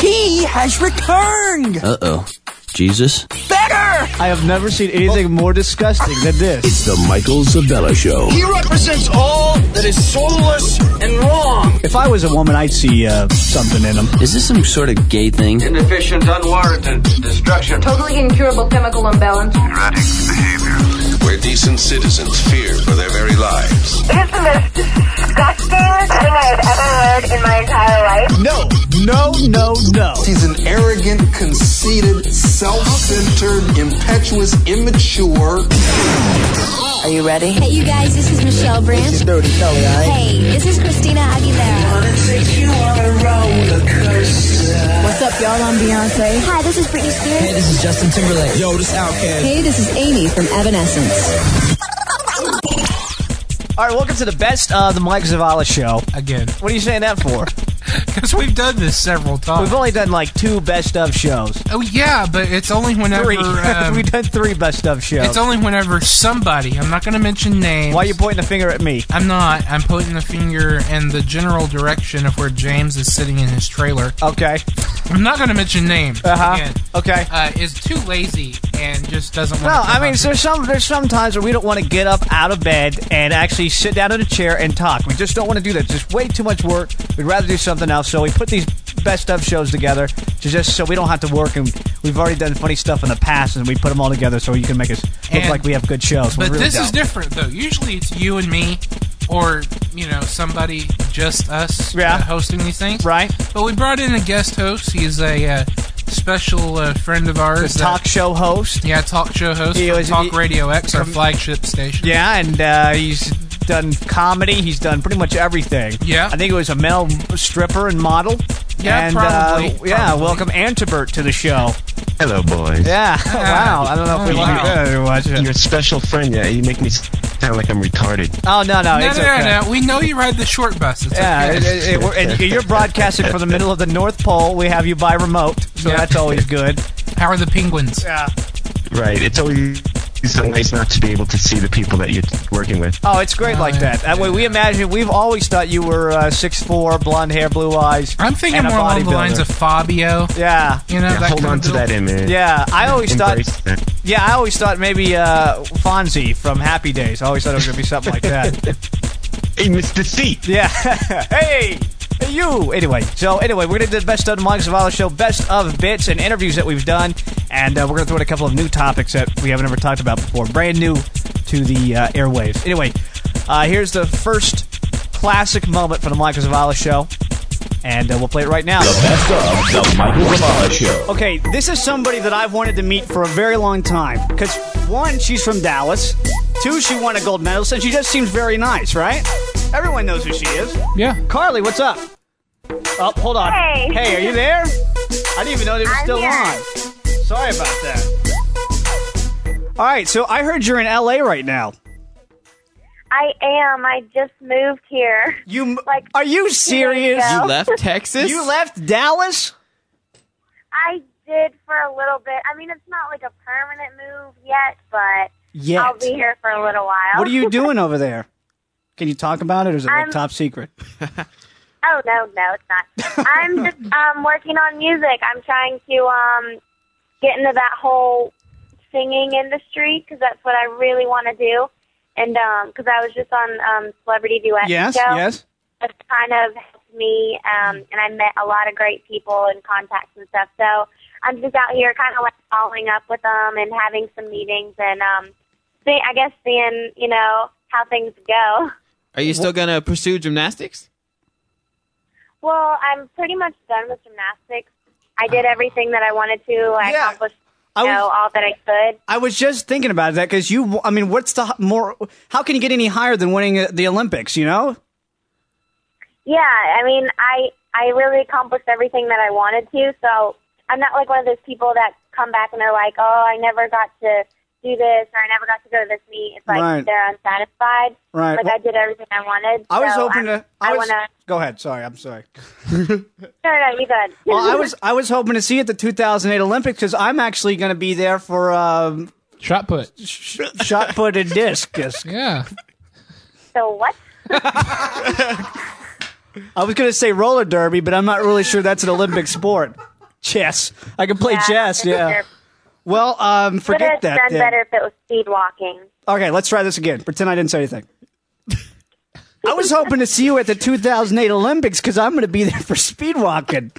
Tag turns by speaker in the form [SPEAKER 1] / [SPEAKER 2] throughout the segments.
[SPEAKER 1] He has returned!
[SPEAKER 2] Uh oh. Jesus?
[SPEAKER 1] Better!
[SPEAKER 3] I have never seen anything more disgusting than this.
[SPEAKER 4] The Michael Savella Show.
[SPEAKER 5] He represents all that is soulless and wrong.
[SPEAKER 3] If I was a woman, I'd see uh, something in him.
[SPEAKER 2] Is this some sort of gay thing?
[SPEAKER 5] Inefficient, unwarranted destruction.
[SPEAKER 6] Totally incurable chemical imbalance.
[SPEAKER 7] erratic behavior.
[SPEAKER 8] where decent citizens fear for their very lives.
[SPEAKER 9] It is the most disgusting thing I have ever heard in my entire life.
[SPEAKER 3] No, no, no, no.
[SPEAKER 10] He's an arrogant, conceited, self-centered, impetuous, immature.
[SPEAKER 11] Are you ready?
[SPEAKER 12] Hey, you guys, this is Michelle Branch.
[SPEAKER 10] Dirty Kelly,
[SPEAKER 12] Hey, this is Christina Aguilera.
[SPEAKER 11] What's up, y'all? I'm Beyonce.
[SPEAKER 12] Hi, this is Britney Spears.
[SPEAKER 1] This is Justin Timberlake. Yo, this Outcast.
[SPEAKER 11] Hey, this is Amy from Evanescence.
[SPEAKER 3] All right, welcome to the best of the Mike Zavala show.
[SPEAKER 13] Again,
[SPEAKER 3] What are you saying that for?
[SPEAKER 13] because we've done this several times.
[SPEAKER 3] We've only done like two best of shows.
[SPEAKER 13] oh yeah, but it's only whenever
[SPEAKER 3] Three.
[SPEAKER 13] um,
[SPEAKER 3] We've done three best of shows.
[SPEAKER 13] it's only whenever somebody. I'm not going to mention names.
[SPEAKER 3] Why are you pointing the finger at me?
[SPEAKER 13] I'm not. I'm pointing the finger in the general direction of where James is sitting in his trailer.
[SPEAKER 3] Okay.
[SPEAKER 13] I'm not going to mention names.
[SPEAKER 3] Uh-huh.
[SPEAKER 13] Again,
[SPEAKER 3] Okay.
[SPEAKER 13] uh, is too lazy and just doesn't want.
[SPEAKER 3] No,
[SPEAKER 13] to
[SPEAKER 3] I mean, there's some there's some times where we don't want to get up out of bed and actually sit down in a chair and talk. We just don't want to do that. It's just way too much work. We'd rather do something else. So we put these best of shows together to just so we don't have to work. And we've already done funny stuff in the past, and we put them all together so you can make us look
[SPEAKER 13] And-
[SPEAKER 3] like we have good shows. We
[SPEAKER 13] But
[SPEAKER 3] really
[SPEAKER 13] this is
[SPEAKER 3] don't.
[SPEAKER 13] different, though. Usually it's you and me, or you know somebody just us
[SPEAKER 3] Yeah.
[SPEAKER 13] uh, hosting these things.
[SPEAKER 3] right.
[SPEAKER 13] But we brought in a guest host. He's a uh, special uh, friend of ours.
[SPEAKER 3] The
[SPEAKER 13] that-
[SPEAKER 3] talk show host.
[SPEAKER 13] yeah, talk show host
[SPEAKER 3] He
[SPEAKER 13] for
[SPEAKER 3] was-
[SPEAKER 13] Talk
[SPEAKER 3] he-
[SPEAKER 13] Radio X, our flagship station.
[SPEAKER 3] Yeah, and uh, he's done comedy. He's done pretty much everything.
[SPEAKER 13] Yeah.
[SPEAKER 3] I think it was a male stripper and model.
[SPEAKER 13] Yeah,
[SPEAKER 3] and,
[SPEAKER 13] probably,
[SPEAKER 3] Uh, yeah,
[SPEAKER 13] probably.
[SPEAKER 3] welcome Antibert to the show.
[SPEAKER 14] Hello, boys.
[SPEAKER 3] Yeah. wow. I don't know if we
[SPEAKER 13] Oh,
[SPEAKER 3] like
[SPEAKER 13] wow.
[SPEAKER 3] that or what.
[SPEAKER 14] You're a special friend. Yeah, you make me sound like I'm retarded.
[SPEAKER 3] Oh no, no,
[SPEAKER 13] No,
[SPEAKER 3] it's
[SPEAKER 13] no,
[SPEAKER 3] okay.
[SPEAKER 13] no, no. We know you ride the short bus. It's
[SPEAKER 3] Yeah,
[SPEAKER 13] okay.
[SPEAKER 3] it, it, it, we're- and you're broadcasting from the middle of the North Pole. We have you by remote, so
[SPEAKER 13] Yeah.
[SPEAKER 3] that's always good.
[SPEAKER 13] How are the penguins?
[SPEAKER 3] Yeah.
[SPEAKER 14] Right. It's always so nice not to be able to see the people that you're working with.
[SPEAKER 3] Oh, it's great like
[SPEAKER 13] yeah.
[SPEAKER 3] that. That way, we imagine we've always thought you were uh, six four, blonde hair, blue eyes.
[SPEAKER 13] I'm thinking
[SPEAKER 3] and a
[SPEAKER 13] more along the
[SPEAKER 3] bodybuilder.
[SPEAKER 13] lines of Fabio.
[SPEAKER 3] Yeah,
[SPEAKER 13] You know,
[SPEAKER 14] Yeah,
[SPEAKER 13] that
[SPEAKER 14] hold
[SPEAKER 13] kind
[SPEAKER 14] on
[SPEAKER 13] of
[SPEAKER 14] to
[SPEAKER 13] deal.
[SPEAKER 14] that image.
[SPEAKER 3] yeah. I always thought,
[SPEAKER 14] Embrace that.
[SPEAKER 3] yeah, I always thought maybe uh, Fonzie from Happy Days. I always thought it was gonna be something like that.
[SPEAKER 14] Hey, Mr. C.
[SPEAKER 3] Yeah. hey. hey, You anyway. So anyway, we're gonna do the best of the Mike Zavala show, best of bits and interviews that we've done, and uh, we're gonna throw in a couple of new topics that we haven't ever talked about before, brand new to the uh, airwaves. Anyway, uh, here's the first classic moment for the Mike Zavala show, and uh, we'll play it right now.
[SPEAKER 4] Best of the Michael Zavala Show.
[SPEAKER 15] Okay, this is somebody that I've wanted to meet for a very long time. Because, one, she's from Dallas. Two, she won a gold medal, and she just seems very nice, right? Everyone knows who she is.
[SPEAKER 13] Yeah.
[SPEAKER 3] Carly, what's up? Oh, hold on.
[SPEAKER 9] Hey.
[SPEAKER 3] are you there? I didn't even know they were
[SPEAKER 9] I'm
[SPEAKER 3] still
[SPEAKER 9] here.
[SPEAKER 3] on. Sorry about that. All right, so I heard you're in LA right now.
[SPEAKER 9] I am. I just moved here.
[SPEAKER 3] You m-
[SPEAKER 9] Like,
[SPEAKER 3] are you serious?
[SPEAKER 9] ago.
[SPEAKER 2] You left Texas?
[SPEAKER 3] You left Dallas?
[SPEAKER 9] I did for a little bit. I mean, it's not like a permanent move yet, but
[SPEAKER 3] Yet.
[SPEAKER 9] I'll be here for a little while.
[SPEAKER 3] What are you doing over there? Can you talk about it, or is it like
[SPEAKER 9] I'm-
[SPEAKER 3] top secret?
[SPEAKER 9] Oh no, no, it's not. I'm just um, working on music. I'm trying to um, get into that whole singing industry because that's what I really want to do. And because I was just on um, Celebrity Duet
[SPEAKER 3] Yes,
[SPEAKER 9] Show,
[SPEAKER 3] yes.
[SPEAKER 9] It kind of helped me, um, and I met a lot of great people and contacts and stuff. So I'm just out here, kind of like following up with them and having some meetings and um, see, I guess seeing you know how things go.
[SPEAKER 2] Are you still going to pursue gymnastics?
[SPEAKER 9] Well, I'm pretty much done with gymnastics. I did everything that I wanted to. I
[SPEAKER 3] Yeah.
[SPEAKER 9] accomplished
[SPEAKER 3] I
[SPEAKER 9] you
[SPEAKER 3] was-
[SPEAKER 9] know, all that I could.
[SPEAKER 15] I was just thinking about that because you, I mean, what's the h- more, how can you get any higher than winning uh, the Olympics, you know?
[SPEAKER 9] Yeah, I mean, I I really accomplished everything that I wanted to. So I'm not like one of those people that come back and they're like, "Oh, I never got to do this, or I never got to go to this meet." It's like
[SPEAKER 15] Right.
[SPEAKER 9] they're unsatisfied.
[SPEAKER 15] Right.
[SPEAKER 9] Like
[SPEAKER 15] Well,
[SPEAKER 9] I did everything I wanted.
[SPEAKER 15] I was
[SPEAKER 9] so
[SPEAKER 15] hoping
[SPEAKER 9] I'm-
[SPEAKER 15] to, I, was,
[SPEAKER 9] want to.
[SPEAKER 15] go ahead, sorry, I'm sorry.
[SPEAKER 9] No, no, you good.
[SPEAKER 15] Well, I was, I was hoping to see you at the 2008 Olympics because I'm actually going to be there for um,
[SPEAKER 13] Shot put.
[SPEAKER 15] shot put and disc. disc.
[SPEAKER 13] Yeah.
[SPEAKER 9] so what?
[SPEAKER 15] I was going to say roller derby, but I'm not really sure that's an Olympic sport.
[SPEAKER 3] Chess. I can play chess.
[SPEAKER 9] it's
[SPEAKER 3] Yeah.
[SPEAKER 9] better.
[SPEAKER 3] Well, um, forget
[SPEAKER 9] Would have
[SPEAKER 3] that.
[SPEAKER 9] done
[SPEAKER 3] then.
[SPEAKER 9] better if it was speed walking.
[SPEAKER 3] Okay, let's try this again. Pretend I didn't say anything. I was hoping to see you at the 2008 Olympics because I'm going to be there for speed walking.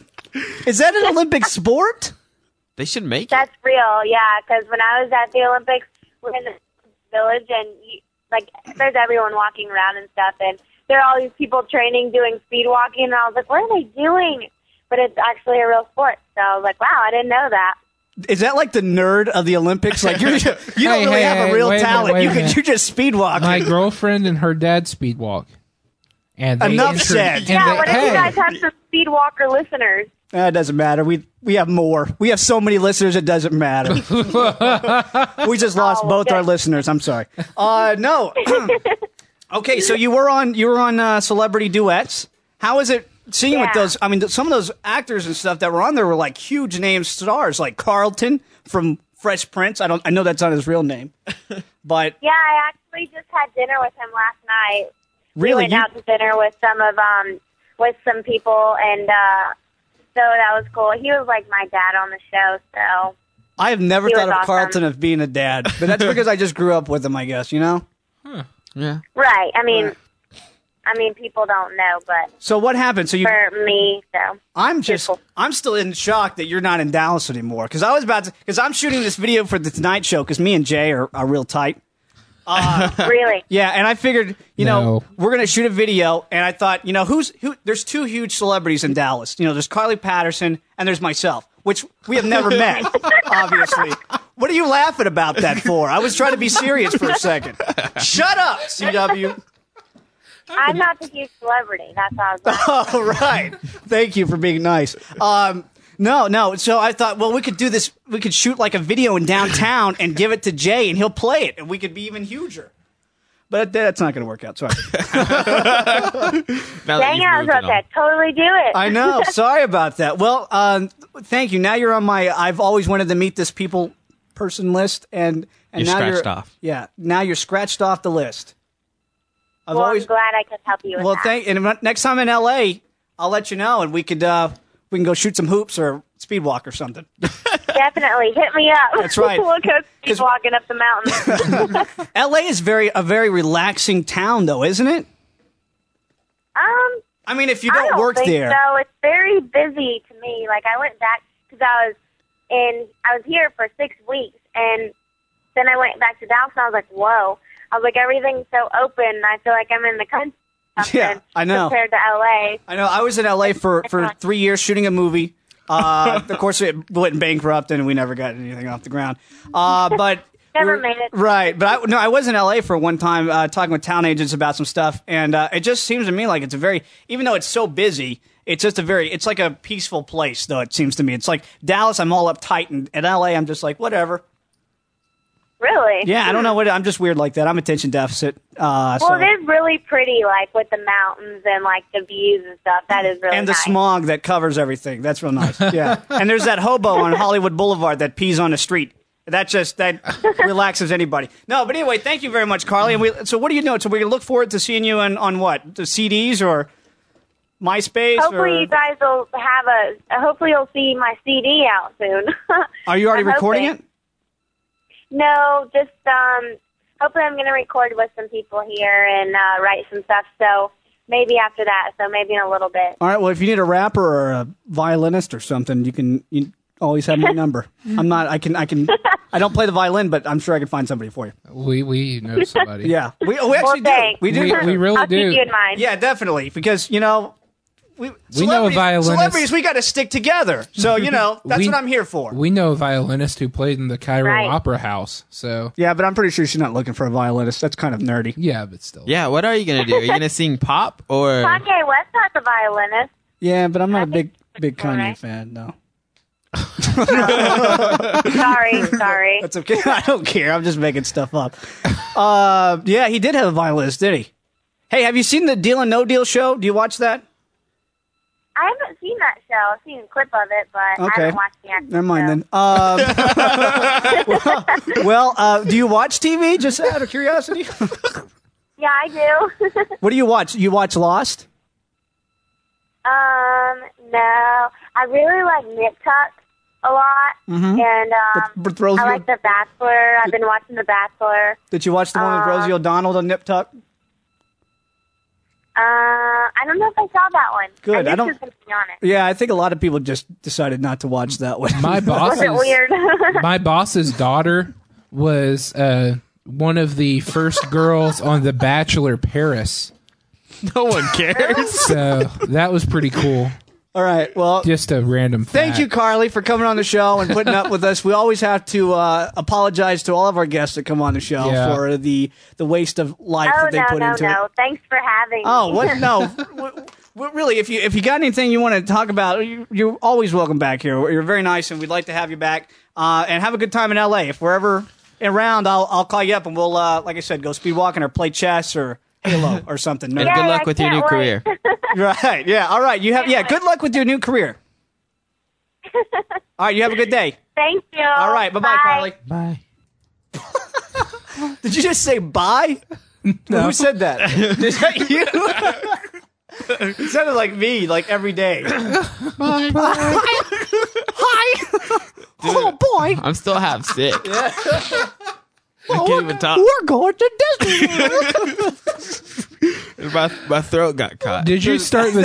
[SPEAKER 3] Is that an Olympic sport?
[SPEAKER 2] They should make
[SPEAKER 9] That's real, yeah. Because when I was at the Olympics, we're in the village, and you, like there's everyone walking around and stuff, and there are all these people training doing speed walking, and I was like, what are they doing? But it's actually a real sport, so I was like, wow, I didn't know that.
[SPEAKER 3] Is that like the nerd of the Olympics? Like you're, you don't
[SPEAKER 13] Hey,
[SPEAKER 3] really
[SPEAKER 13] hey,
[SPEAKER 3] have a
[SPEAKER 13] hey,
[SPEAKER 3] real
[SPEAKER 13] wait a minute,
[SPEAKER 3] talent.
[SPEAKER 13] wait a
[SPEAKER 3] you can
[SPEAKER 13] minute.
[SPEAKER 3] you just speed walk.
[SPEAKER 13] My girlfriend and her dad speed walk. And they
[SPEAKER 3] Enough
[SPEAKER 13] intro-
[SPEAKER 3] said.
[SPEAKER 13] and
[SPEAKER 9] yeah,
[SPEAKER 13] they-
[SPEAKER 9] what if
[SPEAKER 13] hey,
[SPEAKER 9] you guys have some speed walker listeners?
[SPEAKER 3] That Eh, doesn't matter. We we have more. We have so many listeners. It doesn't matter. we just lost
[SPEAKER 9] Oh,
[SPEAKER 3] both our listeners. I'm sorry. Uh, no. okay, so you were on you were on uh, Celebrity Duets. How is it seeing with
[SPEAKER 9] Yeah.
[SPEAKER 3] those? I mean, th- some of those actors and stuff that were on there were like huge name stars, like Carlton from Fresh Prince. I don't. I know that's not his real name, but
[SPEAKER 9] Yeah, I actually just had dinner with him last night.
[SPEAKER 3] Really?
[SPEAKER 9] we went
[SPEAKER 3] You-
[SPEAKER 9] out to dinner with some of um with some people, and uh, so that was cool. He was like my dad on the show, so
[SPEAKER 3] I have never
[SPEAKER 9] He was
[SPEAKER 3] thought of
[SPEAKER 9] awesome.
[SPEAKER 3] Carlton as being a dad. But that's because I just grew up with him, I guess. You know. Yeah.
[SPEAKER 9] right. I mean, I mean, people don't know, but
[SPEAKER 3] So what happened? So you
[SPEAKER 9] for me, so
[SPEAKER 3] I'm just I'm still in shock that you're not in Dallas anymore because I was about to because I'm shooting this video for the Tonight Show because me and Jay are, are real tight. Uh,
[SPEAKER 9] really?
[SPEAKER 3] Yeah, and I figured you know
[SPEAKER 13] No.
[SPEAKER 3] we're gonna shoot a video, and I thought you know who's who? There's two huge celebrities in Dallas. You know, there's Carly Patterson and there's myself, which we have never met, obviously. What are you laughing about that for? I was trying to be serious for a second. Shut up, CW.
[SPEAKER 9] I'm not the huge celebrity. That's how I was. Like.
[SPEAKER 3] All right. Thank you for being nice. Um, no, no. So I thought, well, we could do this. We could shoot like a video in downtown and give it to Jay, and he'll play it, and we could be even huger. But that's not going to work out. Sorry.
[SPEAKER 9] Dang it, I was about to totally do it.
[SPEAKER 3] I know. Sorry about that. Well, um, thank you. Now you're on my. I've always wanted to meet this people person list, and and
[SPEAKER 2] You're
[SPEAKER 3] now
[SPEAKER 2] scratched
[SPEAKER 3] you're
[SPEAKER 2] off.
[SPEAKER 3] Yeah. Now you're scratched off the list. I've
[SPEAKER 9] well,
[SPEAKER 3] always
[SPEAKER 9] I'm glad I could help you with
[SPEAKER 3] Well,
[SPEAKER 9] that.
[SPEAKER 3] thank. And when- next time in LA, I'll let you know, and we could uh, we can go shoot some hoops or speed walk or something.
[SPEAKER 9] Definitely hit me up.
[SPEAKER 3] That's right.
[SPEAKER 9] we'll go speed walking up the mountain.
[SPEAKER 3] LA is very a very relaxing town, though, isn't it?
[SPEAKER 9] Um,
[SPEAKER 3] I mean, if you
[SPEAKER 9] I
[SPEAKER 3] don't work
[SPEAKER 9] think
[SPEAKER 3] there.
[SPEAKER 9] so it's very busy to me. Like I went back because I was in, I was here for six weeks, and then I went back to Dallas, and I was like, whoa. I was like, everything's so open, and I feel like I'm in the country.
[SPEAKER 3] Yeah, I know.
[SPEAKER 9] Compared to LA,
[SPEAKER 3] I know. I was in LA for for three years shooting a movie. Uh, of course, it went bankrupt, and we never got anything off the ground. Uh, but
[SPEAKER 9] Never
[SPEAKER 3] we-
[SPEAKER 9] made it.
[SPEAKER 3] Right, but I, no, I was in LA for one time uh, talking with town agents about some stuff, and uh, it just seems to me like it's a very, even though it's so busy, it's just a very, it's like a peaceful place. Though it seems to me, it's like Dallas, I'm all uptight, and in LA, I'm just like whatever.
[SPEAKER 9] really.
[SPEAKER 3] Yeah, I don't know what I'm just weird like that. I'm attention deficit. Uh, so-
[SPEAKER 9] Hmm. Well, it is really pretty, like with the mountains and like the views and stuff. That is really
[SPEAKER 3] and the
[SPEAKER 9] nice.
[SPEAKER 3] smog that covers everything. That's real nice. Yeah. and there's that hobo on Hollywood Boulevard that pees on the street. That just that relaxes anybody. No, but anyway, thank you very much, Carly. And we, so, what do you know? So, we can look forward to seeing you on, on what the CDs or MySpace. or,
[SPEAKER 9] Hopefully, you guys will have a. Hopefully, you'll see my CD out soon.
[SPEAKER 3] are you already
[SPEAKER 9] I'm
[SPEAKER 3] recording
[SPEAKER 9] hoping.
[SPEAKER 3] it?
[SPEAKER 9] No, just um. Hopefully, I'm going to record with some people here and uh, write some stuff. So maybe after that. So maybe in a little bit.
[SPEAKER 3] All right. Well, if you need a rapper or a violinist or something, you can you always have my number. I'm not. I can. I can. I don't play the violin, but I'm sure I can find somebody for you.
[SPEAKER 13] we we know somebody.
[SPEAKER 3] Yeah, we, we
[SPEAKER 13] Well,
[SPEAKER 3] actually do.
[SPEAKER 13] thanks.
[SPEAKER 3] We do.
[SPEAKER 13] We- we really I'll keep do. you in
[SPEAKER 9] mind.
[SPEAKER 3] Yeah, definitely, because you know, we,
[SPEAKER 13] We know a
[SPEAKER 3] celebrities-
[SPEAKER 13] violinist.
[SPEAKER 3] Celebrities, we got to stick together. So you know, that's
[SPEAKER 13] We-
[SPEAKER 3] what I'm here for.
[SPEAKER 13] We know a violinist who played in the Cairo
[SPEAKER 3] Right.
[SPEAKER 13] Opera House. So
[SPEAKER 3] Yeah, but I'm pretty sure she's not looking for a violinist. That's kind of nerdy.
[SPEAKER 13] Yeah, but still.
[SPEAKER 2] Yeah, what are you gonna do? Are you gonna sing pop or?
[SPEAKER 9] Kanye West not the violinist.
[SPEAKER 3] Yeah, but I'm not a big big Kanye fan. No,
[SPEAKER 9] sorry, sorry.
[SPEAKER 3] that's okay. I don't care. I'm just making stuff up. Uh, yeah, he did have a violinist, did he? Hey, have you seen the Deal and No Deal show? Do you watch that?
[SPEAKER 9] I haven't seen that show. I've seen a clip of it, but I
[SPEAKER 3] Okay.
[SPEAKER 9] haven't watched the actual
[SPEAKER 3] Never mind then. Um, well, uh, do you watch TV? Just out of curiosity.
[SPEAKER 9] Yeah, I do.
[SPEAKER 3] What do you watch? You watch Lost?
[SPEAKER 9] Um, no. I really like Nip Tuck a lot,
[SPEAKER 3] Mhm.
[SPEAKER 9] and um,
[SPEAKER 3] But- but throws
[SPEAKER 9] I
[SPEAKER 3] you-
[SPEAKER 9] like The Bachelor. I've been watching The Bachelor.
[SPEAKER 3] Did you watch the one with Rosie
[SPEAKER 9] Um,
[SPEAKER 3] O'Donnell on Nip Tuck?
[SPEAKER 9] Uh, I don't know if I saw that one.
[SPEAKER 3] Good, I
[SPEAKER 9] I, just
[SPEAKER 3] don't-
[SPEAKER 9] was thinking on it.
[SPEAKER 3] Yeah, I think a lot of people just decided not to watch that one.
[SPEAKER 13] My boss
[SPEAKER 9] Was it
[SPEAKER 13] is,
[SPEAKER 9] weird?
[SPEAKER 13] my boss's daughter was uh, one of the first girls on The Bachelor Paris.
[SPEAKER 2] No one cares.
[SPEAKER 13] So that was pretty cool.
[SPEAKER 3] All right. Well,
[SPEAKER 13] just a random.
[SPEAKER 3] Thank
[SPEAKER 13] fact.
[SPEAKER 3] you, Carly, for coming on the show and putting up with us. We always have to uh, apologize to all of our guests that come on the show
[SPEAKER 13] Yeah.
[SPEAKER 3] for the the waste of life
[SPEAKER 9] oh
[SPEAKER 3] that they
[SPEAKER 9] no,
[SPEAKER 3] put
[SPEAKER 9] no,
[SPEAKER 3] into
[SPEAKER 9] no!
[SPEAKER 3] it.
[SPEAKER 9] Thanks for having.
[SPEAKER 3] Oh,
[SPEAKER 9] me.
[SPEAKER 3] what? No. What- what- Really, if you if you got anything you want to talk about, you- you're always welcome back here. You're very nice, and we'd like to have you back. Uh, and have a good time in L.A. If we're ever around, I'll I'll call you up, and we'll uh, like I said, go speed walking or play chess or Halo or something.
[SPEAKER 2] And good luck with your new career.
[SPEAKER 3] right? Yeah. All right. You have yeah. Good luck with your new career. All right. You have a good day.
[SPEAKER 9] Thank you.
[SPEAKER 3] All right. Bye bye, Carly.
[SPEAKER 13] Bye.
[SPEAKER 3] Did you just say bye? Who said that? Is that you? it sounded like me, like every day.
[SPEAKER 13] Bye.
[SPEAKER 3] Hi. oh boy.
[SPEAKER 2] I'm still half sick.
[SPEAKER 3] Yeah.
[SPEAKER 2] I can't even talk.
[SPEAKER 3] We're going to Disney. World.
[SPEAKER 2] My, my throat got caught.
[SPEAKER 13] Did you start the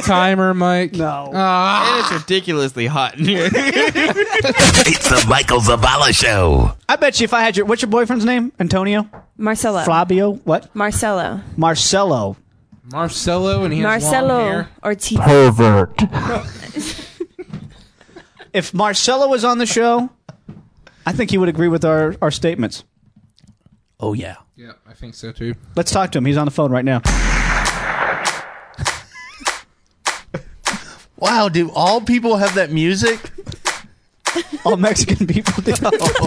[SPEAKER 13] timer, Mike? No.
[SPEAKER 3] Uh,
[SPEAKER 2] and it's ridiculously hot in here.
[SPEAKER 4] It's the Michael Zavala Show.
[SPEAKER 3] I bet you if I had your what's your boyfriend's name? Antonio?
[SPEAKER 6] Marcelo.
[SPEAKER 3] Fabio? What?
[SPEAKER 6] Marcelo.
[SPEAKER 3] Marcelo.
[SPEAKER 13] Marcelo and he has long
[SPEAKER 6] Marcelo
[SPEAKER 13] hair.
[SPEAKER 6] Ortiz.
[SPEAKER 3] Pervert. if Marcelo was on the show, I think he would agree with our, our statements. Oh yeah.
[SPEAKER 13] Yeah, I think so too.
[SPEAKER 3] Let's talk to him. He's on the phone right now.
[SPEAKER 1] Wow, do all people have that music?
[SPEAKER 3] all Mexican people do.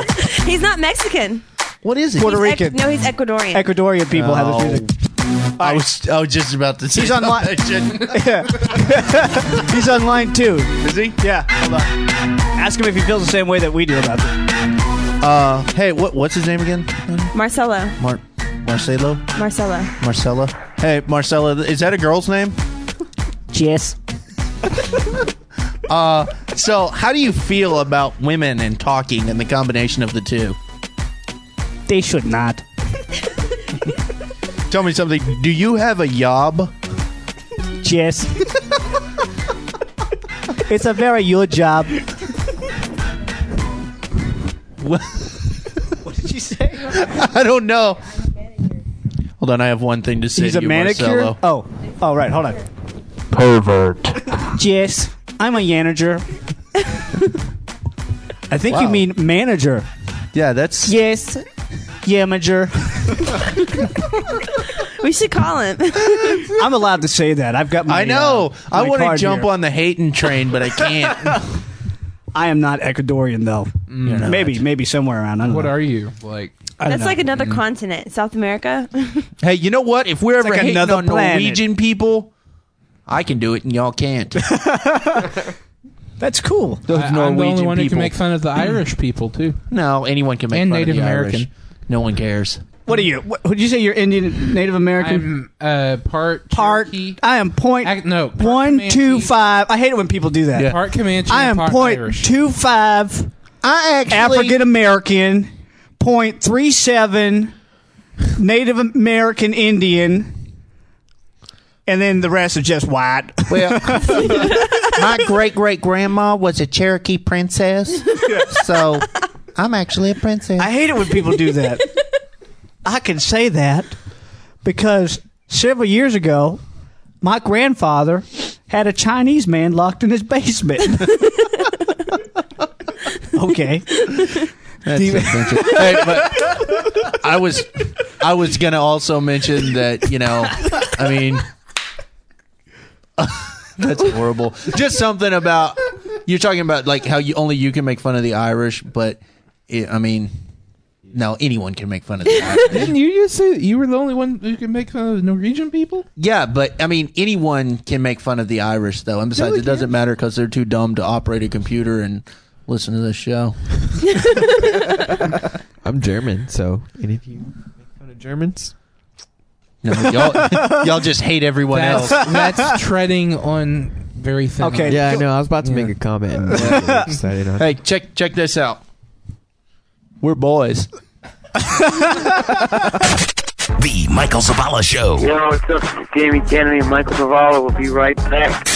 [SPEAKER 6] He's not Mexican.
[SPEAKER 1] What is he?
[SPEAKER 6] Puerto
[SPEAKER 1] He's
[SPEAKER 6] Rican. no, he's Ecuadorian.
[SPEAKER 3] Ecuadorian people have this music.
[SPEAKER 1] Oh. I was I was just about to say
[SPEAKER 3] He's on line. yeah. He's on line two. Is
[SPEAKER 1] he?
[SPEAKER 3] Yeah. Hold on. Ask him if he feels the same way that we do about this.
[SPEAKER 1] Uh, hey, what what's his name again?
[SPEAKER 6] Marcelo.
[SPEAKER 1] Mar- Marcelo,
[SPEAKER 6] Marcelo.
[SPEAKER 1] Marcella. Hey, Marcella, is that a girl's name?
[SPEAKER 6] Yes.
[SPEAKER 1] uh, so how do you feel about women and talking and the combination of the two?
[SPEAKER 3] They should not.
[SPEAKER 1] Tell me something. Do you have a yob?
[SPEAKER 3] Yes. it's a very your job.
[SPEAKER 1] What did you say? I don't know. Hold on, I have one thing to say.
[SPEAKER 3] He's
[SPEAKER 1] to
[SPEAKER 3] a
[SPEAKER 1] you,
[SPEAKER 3] manicure.
[SPEAKER 1] Marcelo.
[SPEAKER 3] Oh, oh right. Hold on.
[SPEAKER 1] Pervert.
[SPEAKER 3] Yes, I'm a manager. I think you
[SPEAKER 1] Wow.
[SPEAKER 3] mean manager.
[SPEAKER 1] Yeah, that's
[SPEAKER 3] yes, yamager.
[SPEAKER 6] we should call him.
[SPEAKER 3] I'm allowed to say that. I've got my.
[SPEAKER 1] I know.
[SPEAKER 3] uh,
[SPEAKER 1] I
[SPEAKER 3] my
[SPEAKER 1] want to
[SPEAKER 3] card
[SPEAKER 1] jump
[SPEAKER 3] here.
[SPEAKER 1] on the hating train, but I can't.
[SPEAKER 3] I am not Ecuadorian though.
[SPEAKER 1] not.
[SPEAKER 3] Maybe, maybe somewhere around. I don't
[SPEAKER 13] What
[SPEAKER 3] know.
[SPEAKER 13] are you like?
[SPEAKER 3] I don't
[SPEAKER 6] That's
[SPEAKER 3] know.
[SPEAKER 6] like another continent, South America.
[SPEAKER 1] hey, you know what? If we're
[SPEAKER 3] It's
[SPEAKER 1] ever
[SPEAKER 3] like
[SPEAKER 1] hating
[SPEAKER 3] another
[SPEAKER 1] on
[SPEAKER 3] planet.
[SPEAKER 1] Norwegian people, I can do it and y'all can't.
[SPEAKER 3] That's cool.
[SPEAKER 1] Those
[SPEAKER 13] I, am the only one who can make fun of the Irish people too.
[SPEAKER 1] No, anyone can make
[SPEAKER 13] And
[SPEAKER 1] fun of
[SPEAKER 13] Native
[SPEAKER 1] the Irish.
[SPEAKER 13] American.
[SPEAKER 1] No one cares.
[SPEAKER 3] What are you? What, would you say you're Indian, Native American?
[SPEAKER 13] I'm uh, part
[SPEAKER 3] part. I am point
[SPEAKER 13] no part
[SPEAKER 3] one, two,
[SPEAKER 13] Comanche.
[SPEAKER 3] five. I hate it when people do that.
[SPEAKER 13] Part Comanche.
[SPEAKER 3] I
[SPEAKER 13] and
[SPEAKER 3] am
[SPEAKER 13] part
[SPEAKER 3] point
[SPEAKER 13] Irish.
[SPEAKER 3] two five.
[SPEAKER 1] I
[SPEAKER 13] actually-
[SPEAKER 3] African American. Point three seven. Native American Indian. And then the rest are just white.
[SPEAKER 1] Well, my great great grandma was a Cherokee princess, so I'm actually a princess.
[SPEAKER 3] I hate it when people do that. I can say that because several years ago, my grandfather had a Chinese man locked in his basement. okay.
[SPEAKER 1] That's offensive. Hey, but I was I was gonna also mention that you know I mean that's horrible. Just something about you're talking about like how you only you can make fun of the Irish, but it, I mean no anyone can make fun of the Irish.
[SPEAKER 13] Didn't you just say that you were the only one who can make fun of the Norwegian people?
[SPEAKER 1] Yeah, but I mean anyone can make fun of the Irish though, and besides
[SPEAKER 13] they
[SPEAKER 1] it doesn't matter because they're too dumb to operate a computer and listen to this show.
[SPEAKER 2] I'm German, so any of you make fun of Germans?
[SPEAKER 1] No, y'all, y'all just hate everyone
[SPEAKER 13] That's,
[SPEAKER 1] else.
[SPEAKER 13] that's treading on very thin.
[SPEAKER 3] Okay.
[SPEAKER 2] Yeah, I know. I was about to make a comment. And I got excited on.
[SPEAKER 1] Hey, check check this out. We're boys.
[SPEAKER 4] The Michael Zavala Show.
[SPEAKER 16] Yo, what's up? This is Jamie Kennedy and Michael Zavala will be right back.